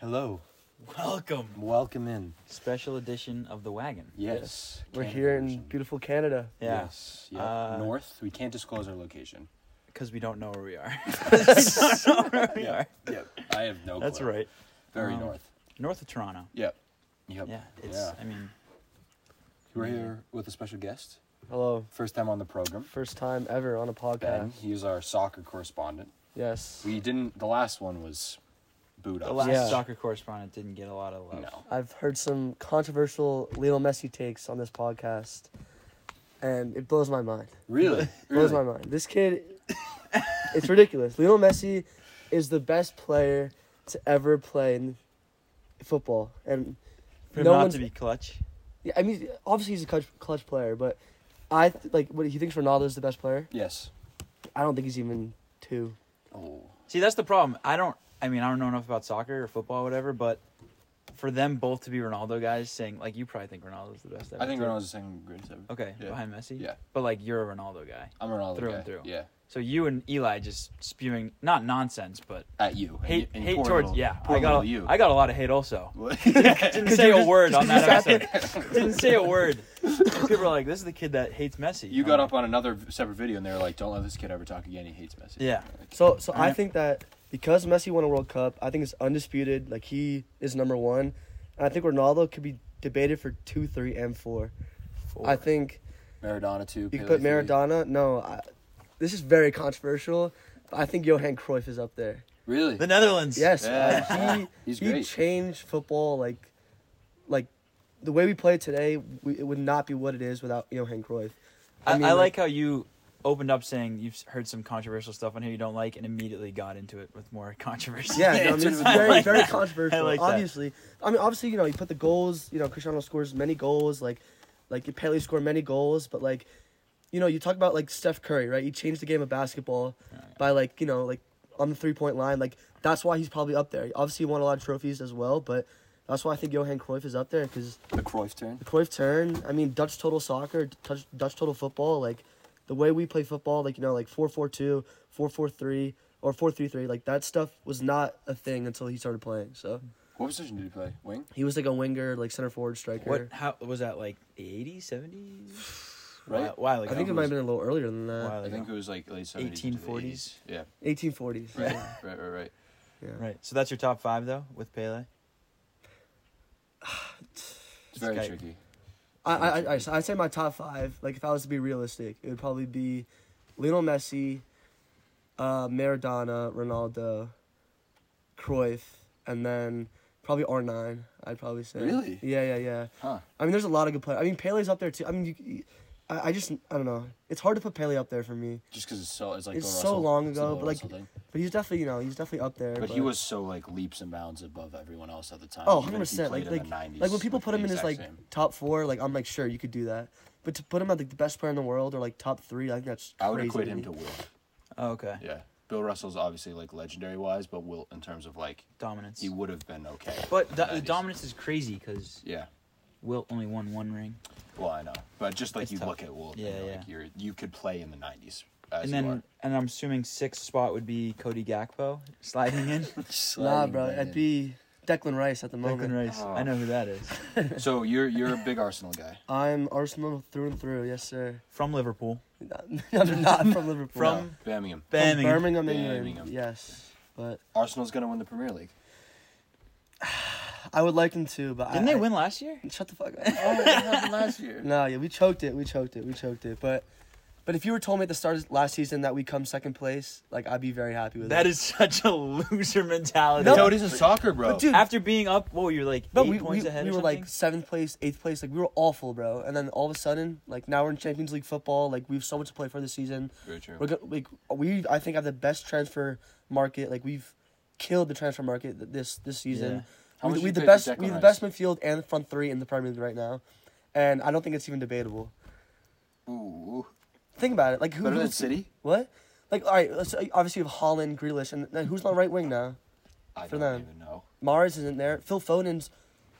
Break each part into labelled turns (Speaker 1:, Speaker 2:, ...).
Speaker 1: Hello.
Speaker 2: Welcome.
Speaker 1: Welcome in.
Speaker 2: Special edition of the wagon.
Speaker 1: Yes.
Speaker 3: We're
Speaker 2: Canada
Speaker 3: here in
Speaker 1: version.
Speaker 3: beautiful Canada.
Speaker 2: Yeah.
Speaker 1: Yes. Yeah.
Speaker 2: Uh,
Speaker 1: North. We can't disclose our location.
Speaker 2: Because we don't know where we are. 'Cause we don't know where we
Speaker 1: Yeah.
Speaker 2: are.
Speaker 1: Yep. I have no.
Speaker 2: That's
Speaker 1: clue.
Speaker 2: right.
Speaker 1: Very
Speaker 2: Um,
Speaker 1: north.
Speaker 2: North of Toronto.
Speaker 1: Yep. Yep.
Speaker 2: Yeah. It's.
Speaker 1: yeah.
Speaker 2: I mean.
Speaker 1: We're here with a special guest.
Speaker 3: Hello.
Speaker 1: First time on the program.
Speaker 3: First time ever on a
Speaker 1: Ben.
Speaker 3: podcast.
Speaker 1: He is our soccer correspondent.
Speaker 3: Yes.
Speaker 1: We didn't. The last one was Buddha.
Speaker 2: The last
Speaker 3: Yeah.
Speaker 2: soccer correspondent didn't get a lot of love.
Speaker 1: No.
Speaker 3: I've heard some controversial Lionel Messi takes on this podcast, and it blows my mind.
Speaker 1: Really.
Speaker 3: Blows
Speaker 1: really.
Speaker 3: my mind. This kid, it's ridiculous. Lionel Messi is the best player to ever play in football, and
Speaker 2: For him
Speaker 3: No
Speaker 2: not
Speaker 3: one's-
Speaker 2: to be clutch.
Speaker 3: yeah, I mean, obviously he's a clutch, clutch player, but I th- like what he thinks Ronaldo's the best player.
Speaker 1: Yes.
Speaker 3: I don't think he's even two.
Speaker 1: Oh.
Speaker 2: See, that's the problem. I don't. I mean, I don't know enough about soccer or football, or whatever. But for them both to be Ronaldo guys, saying like you probably think Ronaldo's the best. Ever
Speaker 1: I think
Speaker 2: too.
Speaker 1: Ronaldo's the second greatest ever.
Speaker 2: Okay,
Speaker 1: Yeah.
Speaker 2: behind Messi.
Speaker 1: Yeah.
Speaker 2: But like you're a Ronaldo guy,
Speaker 1: I'm a Ronaldo
Speaker 2: Through
Speaker 1: guy.
Speaker 2: and through.
Speaker 1: Yeah.
Speaker 2: so you and Eli just spewing not nonsense, but
Speaker 1: At you. And
Speaker 2: hate
Speaker 1: you- and
Speaker 2: hate
Speaker 1: poor
Speaker 2: towards
Speaker 1: little-
Speaker 2: yeah.
Speaker 1: poor
Speaker 2: I got
Speaker 1: little
Speaker 2: a,
Speaker 1: you.
Speaker 2: I got a lot of hate also.
Speaker 1: got.
Speaker 2: Didn't say a word on that episode. Didn't say a word. And people are like, "This is the kid that hates Messi."
Speaker 1: You
Speaker 2: I'm
Speaker 1: got
Speaker 3: Um,
Speaker 2: like,
Speaker 1: up on another v- separate video and they were like, "Don't let this kid ever talk again. He hates Messi."
Speaker 2: Yeah.
Speaker 1: Like,
Speaker 3: So so I
Speaker 1: Alright.
Speaker 3: think that because Messi won a World Cup, I think it's undisputed. Like he is number one, and I think Ronaldo could be debated for two, three, and four.
Speaker 2: four.
Speaker 3: I think
Speaker 1: Maradona too.
Speaker 3: you could
Speaker 1: Pele
Speaker 3: put
Speaker 1: three.
Speaker 3: Maradona. No, I, this is very controversial. But I think Johan Cruyff is up there.
Speaker 1: Really?
Speaker 2: the Netherlands.
Speaker 3: Yes,
Speaker 1: Yeah.
Speaker 3: uh, he
Speaker 1: He's
Speaker 3: he
Speaker 1: great.
Speaker 3: changed football like, like the way we play today. We, it would not be what it is without Johan Cruyff.
Speaker 2: I, I, like how you opened up saying you've heard some controversial stuff on here you don't like, and immediately got into it with more controversy.
Speaker 3: Yeah,
Speaker 1: Yeah,
Speaker 3: no, I
Speaker 1: it's
Speaker 3: mean, it's
Speaker 1: just- I
Speaker 3: very,
Speaker 2: like
Speaker 3: very
Speaker 2: that. I
Speaker 3: controversial.
Speaker 2: like that.
Speaker 3: obviously, I mean, obviously, you know, you put the goals. You know, Cristiano scores many goals. Like, like Pele scored many goals, but like, you know, you talk about like Steph Curry, right? He changed the game of basketball
Speaker 2: Oh,
Speaker 3: by like, you know, like on the three point line. Like that's why he's probably up there. Obviously, he won a lot of trophies as well, but that's why I think Johan Cruyff is up there because
Speaker 1: the Cruyff turn.
Speaker 3: the Cruyff turn. I mean, Dutch total soccer, Dutch, Dutch total football. Like the way we play football, like you know, like four four two, four four three, or four three three. Like that stuff was not a thing until he started playing. So
Speaker 1: What position did he play? Wing.
Speaker 3: he was like a winger, like center forward, striker.
Speaker 2: What? How was that? Like the 80s, 70s?
Speaker 1: Right?
Speaker 2: A while ago.
Speaker 3: I think it might have been a little earlier than
Speaker 2: A
Speaker 3: that.
Speaker 2: while
Speaker 1: I
Speaker 2: ago.
Speaker 1: think it was like late seventies.
Speaker 2: 1840s.
Speaker 1: Yeah.
Speaker 3: Eighteen forties.
Speaker 1: Right. right. Right. Right.
Speaker 3: Yeah.
Speaker 2: Right. So that's your top five though with Pele.
Speaker 1: It's very
Speaker 2: Okay.
Speaker 1: tricky.
Speaker 3: I I I I'd say my top five. Like if I was to be realistic, it would probably be Lionel Messi, uh, Maradona, Ronaldo, Cruyff, and then probably R nine. I'd probably say.
Speaker 1: Really?
Speaker 3: Yeah, yeah, yeah.
Speaker 1: Huh?
Speaker 3: I mean, there's a lot of good players. I mean, Pele's up there too. I mean, you, you- I, I just I don't know. It's hard to put Pele up there for me,
Speaker 1: Just because it's so it's like
Speaker 3: It's
Speaker 1: Bill
Speaker 3: so
Speaker 1: Russell.
Speaker 3: long
Speaker 1: It's a
Speaker 3: ago,
Speaker 1: Bill
Speaker 3: but, like,
Speaker 1: Russell thing.
Speaker 3: but he's definitely you know he's definitely up there.
Speaker 1: But, he was so like leaps and bounds above everyone else at the time.
Speaker 3: Oh,
Speaker 1: even if he
Speaker 3: 100%,
Speaker 1: played
Speaker 3: like-
Speaker 1: in the 90s,
Speaker 3: like when people
Speaker 1: like,
Speaker 3: put
Speaker 1: the
Speaker 3: him in his like
Speaker 1: exact same.
Speaker 3: top four. Like I'm like sure you could do that, but to put him at like the best player in the world or like top three, I think that's
Speaker 1: I would
Speaker 3: crazy
Speaker 1: equate
Speaker 3: to
Speaker 1: him
Speaker 3: me.
Speaker 1: to Wilt.
Speaker 2: Oh, okay.
Speaker 1: Yeah. Bill Russell's obviously like legendary wise, but Wilt in terms of like
Speaker 2: Dominance.
Speaker 1: he would have been okay.
Speaker 2: But
Speaker 1: in
Speaker 2: the, the
Speaker 1: 90s.
Speaker 2: dominance is crazy because
Speaker 1: Yeah.
Speaker 2: Wilt only won one ring,
Speaker 1: Well, I know, but just like
Speaker 2: It's
Speaker 1: you
Speaker 2: tough.
Speaker 1: look at Wolf,
Speaker 2: Yeah,
Speaker 1: yeah,
Speaker 2: yeah.
Speaker 1: like you're you could play in the '90s as
Speaker 2: and
Speaker 1: you
Speaker 2: then
Speaker 1: are.
Speaker 2: and I'm assuming sixth spot would be Cody Gakpo sliding in.
Speaker 3: Nah, bro, I'd be Declan Rice at the moment.
Speaker 2: Declan Rice. I know who that is.
Speaker 1: So you're you're a big Arsenal guy.
Speaker 3: I'm Arsenal through and through. Yes, sir.
Speaker 2: From Liverpool.
Speaker 3: I'm not from Liverpool.
Speaker 2: From
Speaker 1: No, Birmingham.
Speaker 3: From
Speaker 2: Birmingham.
Speaker 3: Birmingham, England.
Speaker 1: Birmingham.
Speaker 3: Yes, but
Speaker 1: Arsenal's gonna win the Premier League.
Speaker 3: I would like them to. But
Speaker 2: Didn't
Speaker 3: I,
Speaker 2: they win last year?
Speaker 3: Shut the fuck up.
Speaker 1: Oh, that happened last year.
Speaker 3: No, yeah, we choked it. We choked it. We choked it. But but if you were told me at the start of last season that we come second place, like I'd be very happy with
Speaker 2: That
Speaker 3: it.
Speaker 2: is such a loser mentality.
Speaker 3: No,
Speaker 1: it isn't soccer, bro.
Speaker 3: but dude,
Speaker 2: After being up, what were you like?
Speaker 3: no,
Speaker 2: eight
Speaker 3: we,
Speaker 2: points
Speaker 3: we,
Speaker 2: ahead.
Speaker 3: we
Speaker 2: or
Speaker 3: were like
Speaker 2: something?
Speaker 3: seventh place, eighth place. Like we were awful, bro. And then all of a sudden, like now we're in Champions League football. Like we have so much to play for this season.
Speaker 1: Very true.
Speaker 3: We're go- like we I think have the best transfer market. Like we've killed the transfer market th- this this season.
Speaker 2: Yeah.
Speaker 1: How
Speaker 3: We-
Speaker 1: much
Speaker 3: we
Speaker 1: you
Speaker 3: the
Speaker 1: pay for
Speaker 3: best
Speaker 1: Declan
Speaker 3: we the
Speaker 1: Rice?
Speaker 3: best midfield and front three in the Premier League right now, and I don't think it's even debatable.
Speaker 1: Ooh,
Speaker 3: Think about it. Like who
Speaker 1: better than
Speaker 3: who's-
Speaker 1: City.
Speaker 3: What? Like, all right, let's, uh, obviously you have Holland, Grealish, and then who's on right wing now?
Speaker 1: I
Speaker 3: For
Speaker 1: don't
Speaker 3: them.
Speaker 1: even know.
Speaker 3: Mars isn't there. Phil Foden's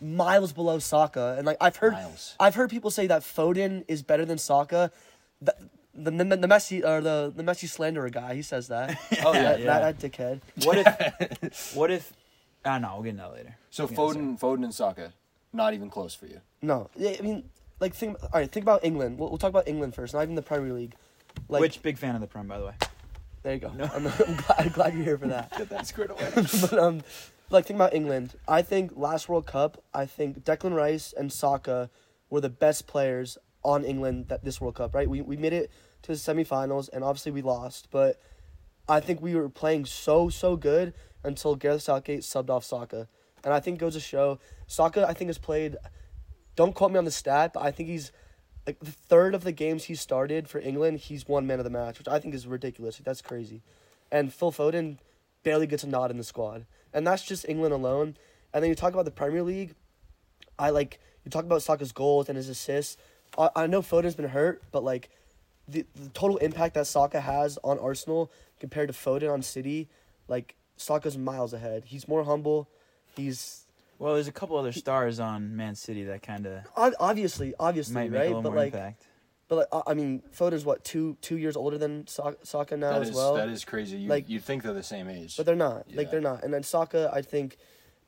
Speaker 3: miles below Saka, and like I've heard,
Speaker 1: Miles.
Speaker 3: I've heard people say that Foden is better than Saka. The the, the, the Messi or the the Messi slanderer guy, he says that.
Speaker 1: Oh yeah,
Speaker 3: that,
Speaker 2: yeah.
Speaker 3: that that dickhead.
Speaker 2: what if, what if, Ah, no, we'll get into that later.
Speaker 1: So
Speaker 2: We'll get into that
Speaker 1: Foden, Foden and Saka, not even close for you.
Speaker 3: No, yeah, I mean, like think. All right, think about England. We'll, we'll talk about England first, not even the Premier League.
Speaker 2: later.
Speaker 3: Like,
Speaker 2: Which big fan of the Prem, by the way.
Speaker 3: there you go. I'm, I'm glad, I'm glad you're here for that.
Speaker 1: Get that squared away.
Speaker 3: but um, like think about England. I think last World Cup, I think Declan Rice and Saka were the best players on England that this World Cup. Right, we we made it to the semifinals, and obviously we lost, but I think we were playing so so good until Gareth Southgate subbed off Saka, and I think it goes to show Saka. I think has played. Don't quote me on the stat, but I think he's like the third of the games he started for England. He's one man of the match, which I think is ridiculous. Like, that's crazy, and Phil Foden barely gets a nod in the squad, and that's just England alone. And then you talk about the Premier League. I like you talk about Saka's goals and his assists. I, I know Foden's been hurt, but like the, the total impact that Saka has on Arsenal compared to Foden on City, like Saka's miles ahead. He's more humble. He's
Speaker 2: Well, there's a couple other stars on Man City that kind of
Speaker 3: ob- obviously, obviously,
Speaker 2: might make a
Speaker 3: right?
Speaker 2: little
Speaker 3: But
Speaker 2: more
Speaker 3: like,
Speaker 2: impact.
Speaker 3: but like, I- I mean, Foden's what two two years older than Sa- Saka now
Speaker 1: That
Speaker 3: as
Speaker 1: is
Speaker 3: well.
Speaker 1: that is crazy. You
Speaker 3: Like-
Speaker 1: you'd think they're the same age.
Speaker 3: But they're not. Like
Speaker 1: Yeah.
Speaker 3: they're not. And then Saka, I think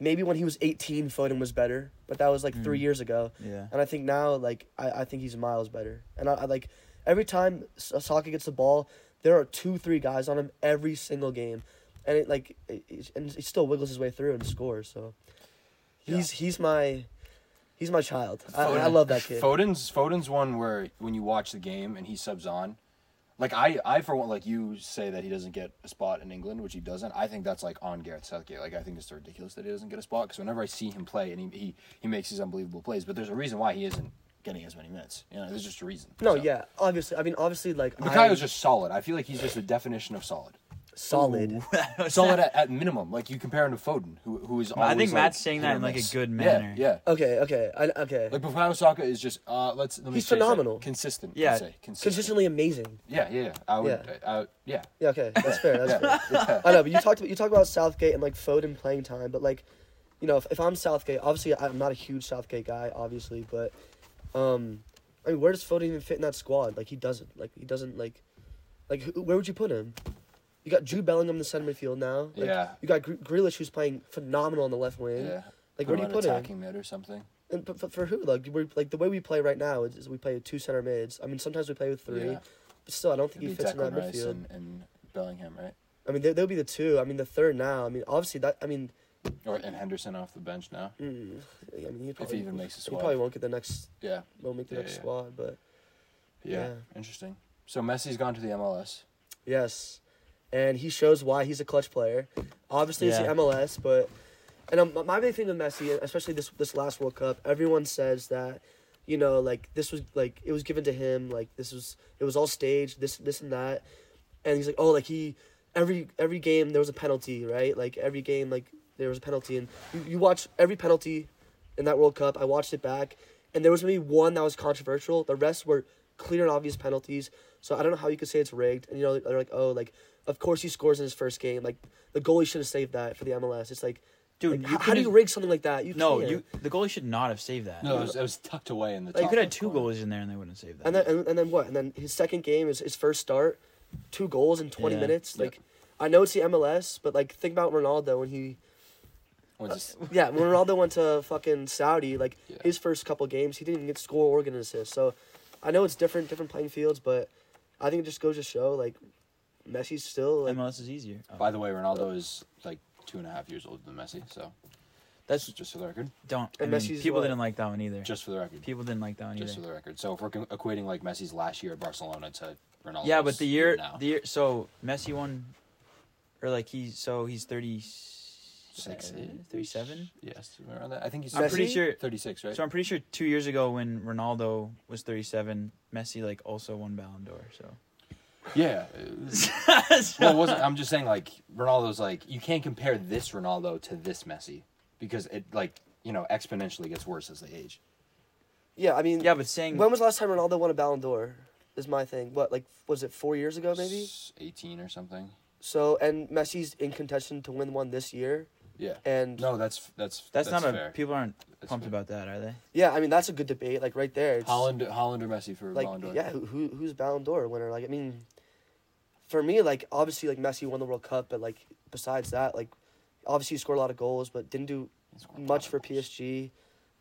Speaker 3: maybe when he was 18, Foden was better, but that was like
Speaker 1: Mm.
Speaker 3: three years ago.
Speaker 2: Yeah.
Speaker 3: And I think now, like I, I think he's miles better. And I, I like every time S- Saka gets the ball, there are two, three guys on him every single game, and it like it, it- and he still wiggles his way through and scores. So he's he's my he's my child. I, I
Speaker 1: Foden-
Speaker 3: love that kid.
Speaker 1: Foden's Foden's one where when you watch the game and he subs on, like I I for one like you say that he doesn't get a spot in England, which he doesn't. I think that's like on Gareth Southgate. Like I think it's ridiculous that he doesn't get a spot because whenever I see him play and he, he he makes these unbelievable plays, but there's a reason why he isn't getting as many minutes. You know, there's just a reason.
Speaker 3: No,
Speaker 1: So-
Speaker 3: yeah, obviously. I mean, obviously, like I,
Speaker 1: Mikayo's just solid. I feel like he's just the definition of solid.
Speaker 3: solid.
Speaker 1: Solid at, at minimum. Like you compare him to Foden, who who is. Always,
Speaker 2: I think
Speaker 1: like,
Speaker 2: Matt's saying
Speaker 1: hit
Speaker 2: that
Speaker 1: or
Speaker 2: in, like, a
Speaker 1: miss.
Speaker 2: good
Speaker 1: Yeah,
Speaker 2: manner.
Speaker 1: Yeah.
Speaker 3: Okay, okay, I, okay.
Speaker 1: Like Bukayo Saka is just uh let's let me
Speaker 3: He's
Speaker 1: change that.
Speaker 3: phenomenal.
Speaker 1: Consistent.
Speaker 2: Yeah.
Speaker 1: I'd say. Consistent.
Speaker 3: Consistently amazing.
Speaker 1: Yeah, yeah, yeah. I would.
Speaker 3: Yeah.
Speaker 1: I, I, yeah.
Speaker 3: Yeah, okay, that's fair. That's fair.
Speaker 1: yeah.
Speaker 3: I know, but you talked about, you talked about Southgate and like Foden playing time, but like, you know, if, if I'm Southgate, obviously I'm not a huge Southgate guy, obviously, but um, I mean, where does Foden even fit in that squad? Like he doesn't. Like he doesn't like, like who, where would you put him? You got Jude Bellingham in the center midfield now. Like,
Speaker 1: Yeah.
Speaker 3: You got Gr- Grealish who's playing phenomenal on the left wing.
Speaker 1: yeah.
Speaker 3: Like where do you
Speaker 1: him
Speaker 3: put
Speaker 1: on
Speaker 3: him?
Speaker 1: attacking mid or something?
Speaker 3: And, but for, for who? Like we like the way we play right now is, is we play with two center mids. I mean sometimes we play with three,
Speaker 1: Yeah.
Speaker 3: but still I don't think
Speaker 1: It'd
Speaker 3: he
Speaker 1: be
Speaker 3: fits in
Speaker 1: Declan
Speaker 3: that
Speaker 1: Rice
Speaker 3: midfield.
Speaker 1: and, and Bellingham, right?
Speaker 3: I mean they they'll be the two. I mean the third now. I mean obviously that I mean
Speaker 1: Or and Henderson off the bench now,
Speaker 3: Mm, I mean, he
Speaker 1: if
Speaker 3: probably,
Speaker 1: he even makes the
Speaker 3: he
Speaker 1: squad.
Speaker 3: probably won't get the next.
Speaker 1: yeah.
Speaker 3: Won't make the
Speaker 1: Yeah,
Speaker 3: next
Speaker 1: yeah.
Speaker 3: squad, but
Speaker 1: yeah,
Speaker 3: Yeah.
Speaker 1: Interesting. So Messi's gone to the MLS.
Speaker 3: yes, and he shows why he's a clutch player. Obviously,
Speaker 2: Yeah.
Speaker 3: it's the MLS, but and um, my big thing with Messi, especially this this last World Cup, everyone says that you know like this was like it was given to him, like this was it was all staged, this this and that, and he's like oh like he every every game there was a penalty, right? Like every game like there was a penalty, and you, you watch every penalty in that World Cup. I watched it back, and there was maybe one that was controversial. The rest were clear and obvious penalties. So I don't know how you could say it's rigged. And you know they're like, oh, like of course he scores in his first game. Like the goalie should have saved that for the MLS. It's like,
Speaker 2: Dude,
Speaker 3: like,
Speaker 2: you
Speaker 3: h- how do you
Speaker 2: could've-
Speaker 3: rig something like that? You
Speaker 2: no,
Speaker 3: can't.
Speaker 2: you. The goalie should not have saved that.
Speaker 1: No, it was, it was tucked away in the.
Speaker 2: you
Speaker 1: top
Speaker 2: could have
Speaker 1: left
Speaker 2: two
Speaker 1: corner.
Speaker 2: goalies in there and they wouldn't have saved that.
Speaker 3: And then and, and then what? And then his second game is his first start, two goals in twenty
Speaker 2: Yeah.
Speaker 3: minutes.
Speaker 1: Yeah.
Speaker 3: Like, I know it's the MLS, but like think about Ronaldo when he
Speaker 1: One's just-
Speaker 3: yeah, when Ronaldo went to fucking Saudi, like
Speaker 1: Yeah.
Speaker 3: his first couple games, he didn't even get to score or get an assist. So I know it's different, different playing fields, but I think it just goes to show like Messi's still like
Speaker 2: MLS is easier. Oh,
Speaker 1: By the way, Ronaldo is like two and a half years older than Messi, so
Speaker 2: that's
Speaker 1: just for the record.
Speaker 2: don't. I
Speaker 3: And
Speaker 2: mean,
Speaker 3: Messi's
Speaker 2: people
Speaker 3: what?
Speaker 2: didn't like that one either.
Speaker 1: Just for the record.
Speaker 2: people didn't like that one
Speaker 1: Just for
Speaker 2: either.
Speaker 1: the record. So if we're con- equating like Messi's last year at Barcelona to Ronaldo's
Speaker 2: Yeah, but the year,
Speaker 1: now,
Speaker 2: the year. So Messi won, or like he. So he's thirty.
Speaker 1: six,
Speaker 2: thirty-seven.
Speaker 1: Yes, around that. I think he's.
Speaker 2: I'm pretty
Speaker 3: Messi?
Speaker 2: sure.
Speaker 1: Thirty-six, right?
Speaker 2: So I'm pretty sure two years ago when Ronaldo was 37, Messi like also won Ballon d'Or. So
Speaker 1: yeah. uh, well, it wasn't I'm just saying like Ronaldo's like you can't compare this Ronaldo to this Messi because it like you know exponentially gets worse as they age.
Speaker 3: yeah. I mean,
Speaker 2: yeah, but saying
Speaker 3: when was the last time Ronaldo won a Ballon d'Or? Is my thing. What like was it four years
Speaker 2: Oh,
Speaker 3: ago maybe?
Speaker 1: S- Eighteen or something.
Speaker 3: So and Messi's in contention to win one this year,
Speaker 1: Yeah.
Speaker 3: and
Speaker 1: No, that's that's
Speaker 2: that's, not
Speaker 1: fair.
Speaker 2: a people aren't
Speaker 1: That's
Speaker 2: pumped
Speaker 1: fair.
Speaker 2: about that, are they?
Speaker 3: yeah, I mean that's a good debate like right there. It's,
Speaker 1: Holland, Holland or Messi for
Speaker 3: like
Speaker 1: Ballon d'Or.
Speaker 3: yeah, who, who who's Ballon d'Or winner? Like I mean, for me, like obviously, like Messi won the World Cup, but like besides that, like Obviously, he scored a lot of goals, but didn't do
Speaker 4: He scored a lot
Speaker 3: much
Speaker 4: of
Speaker 3: for
Speaker 4: goals.
Speaker 3: PSG.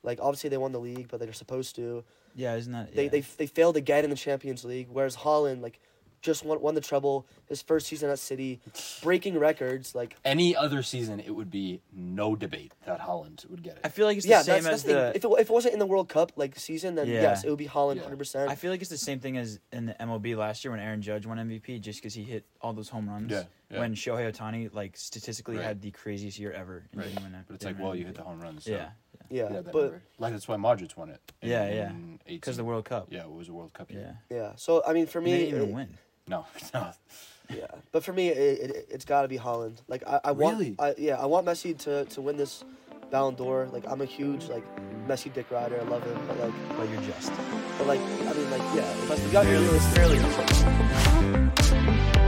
Speaker 3: Like obviously they won the league, but they're supposed to.
Speaker 2: Yeah, isn't that?
Speaker 3: They
Speaker 2: yeah.
Speaker 3: they they failed again in the Champions League. Whereas Holland like just won won the treble his first season at City, breaking records. Like
Speaker 1: Any other season, it would be no debate that Holland would get
Speaker 2: I
Speaker 1: it.
Speaker 2: feel like it's the
Speaker 3: yeah,
Speaker 2: same
Speaker 3: that's, that's
Speaker 2: as
Speaker 3: the, thing.
Speaker 2: the.
Speaker 3: if it, if it wasn't in the World Cup like season, then
Speaker 2: Yeah.
Speaker 3: yes, it would be Holland
Speaker 1: Yeah.
Speaker 3: hundred
Speaker 2: I
Speaker 3: percent.
Speaker 2: feel like it's the same thing as in the MLB last year when Aaron Judge won MVP just because he hit all those home runs.
Speaker 1: Yeah, yeah.
Speaker 2: When Shohei Otani like statistically
Speaker 1: Right.
Speaker 2: had the craziest year ever. and
Speaker 1: Right.
Speaker 2: didn't win a-
Speaker 1: But it's like,
Speaker 2: didn't win
Speaker 1: well, you
Speaker 2: MVP.
Speaker 1: hit the home runs. So.
Speaker 2: Yeah,
Speaker 3: Yeah,
Speaker 1: Yeah, that
Speaker 3: but
Speaker 1: number. like that's why Modric won it.
Speaker 2: Yeah, yeah. because
Speaker 1: Because
Speaker 2: the World Cup.
Speaker 1: Yeah, it was a World Cup.
Speaker 2: yeah.
Speaker 1: year.
Speaker 3: yeah. So I mean, for
Speaker 2: He
Speaker 3: me,
Speaker 2: didn't even
Speaker 3: it-
Speaker 2: win.
Speaker 1: No, no.
Speaker 3: Yeah, but for me, it, it it's got to be Holland. Like I, I want,
Speaker 1: Really?
Speaker 3: I, yeah, I want Messi to to win this Ballon d'Or. Like I'm a huge like Messi dick rider. I love him, but like,
Speaker 2: But you're just.
Speaker 3: but like I mean, like yeah, but we got to be realistic.
Speaker 2: fairly.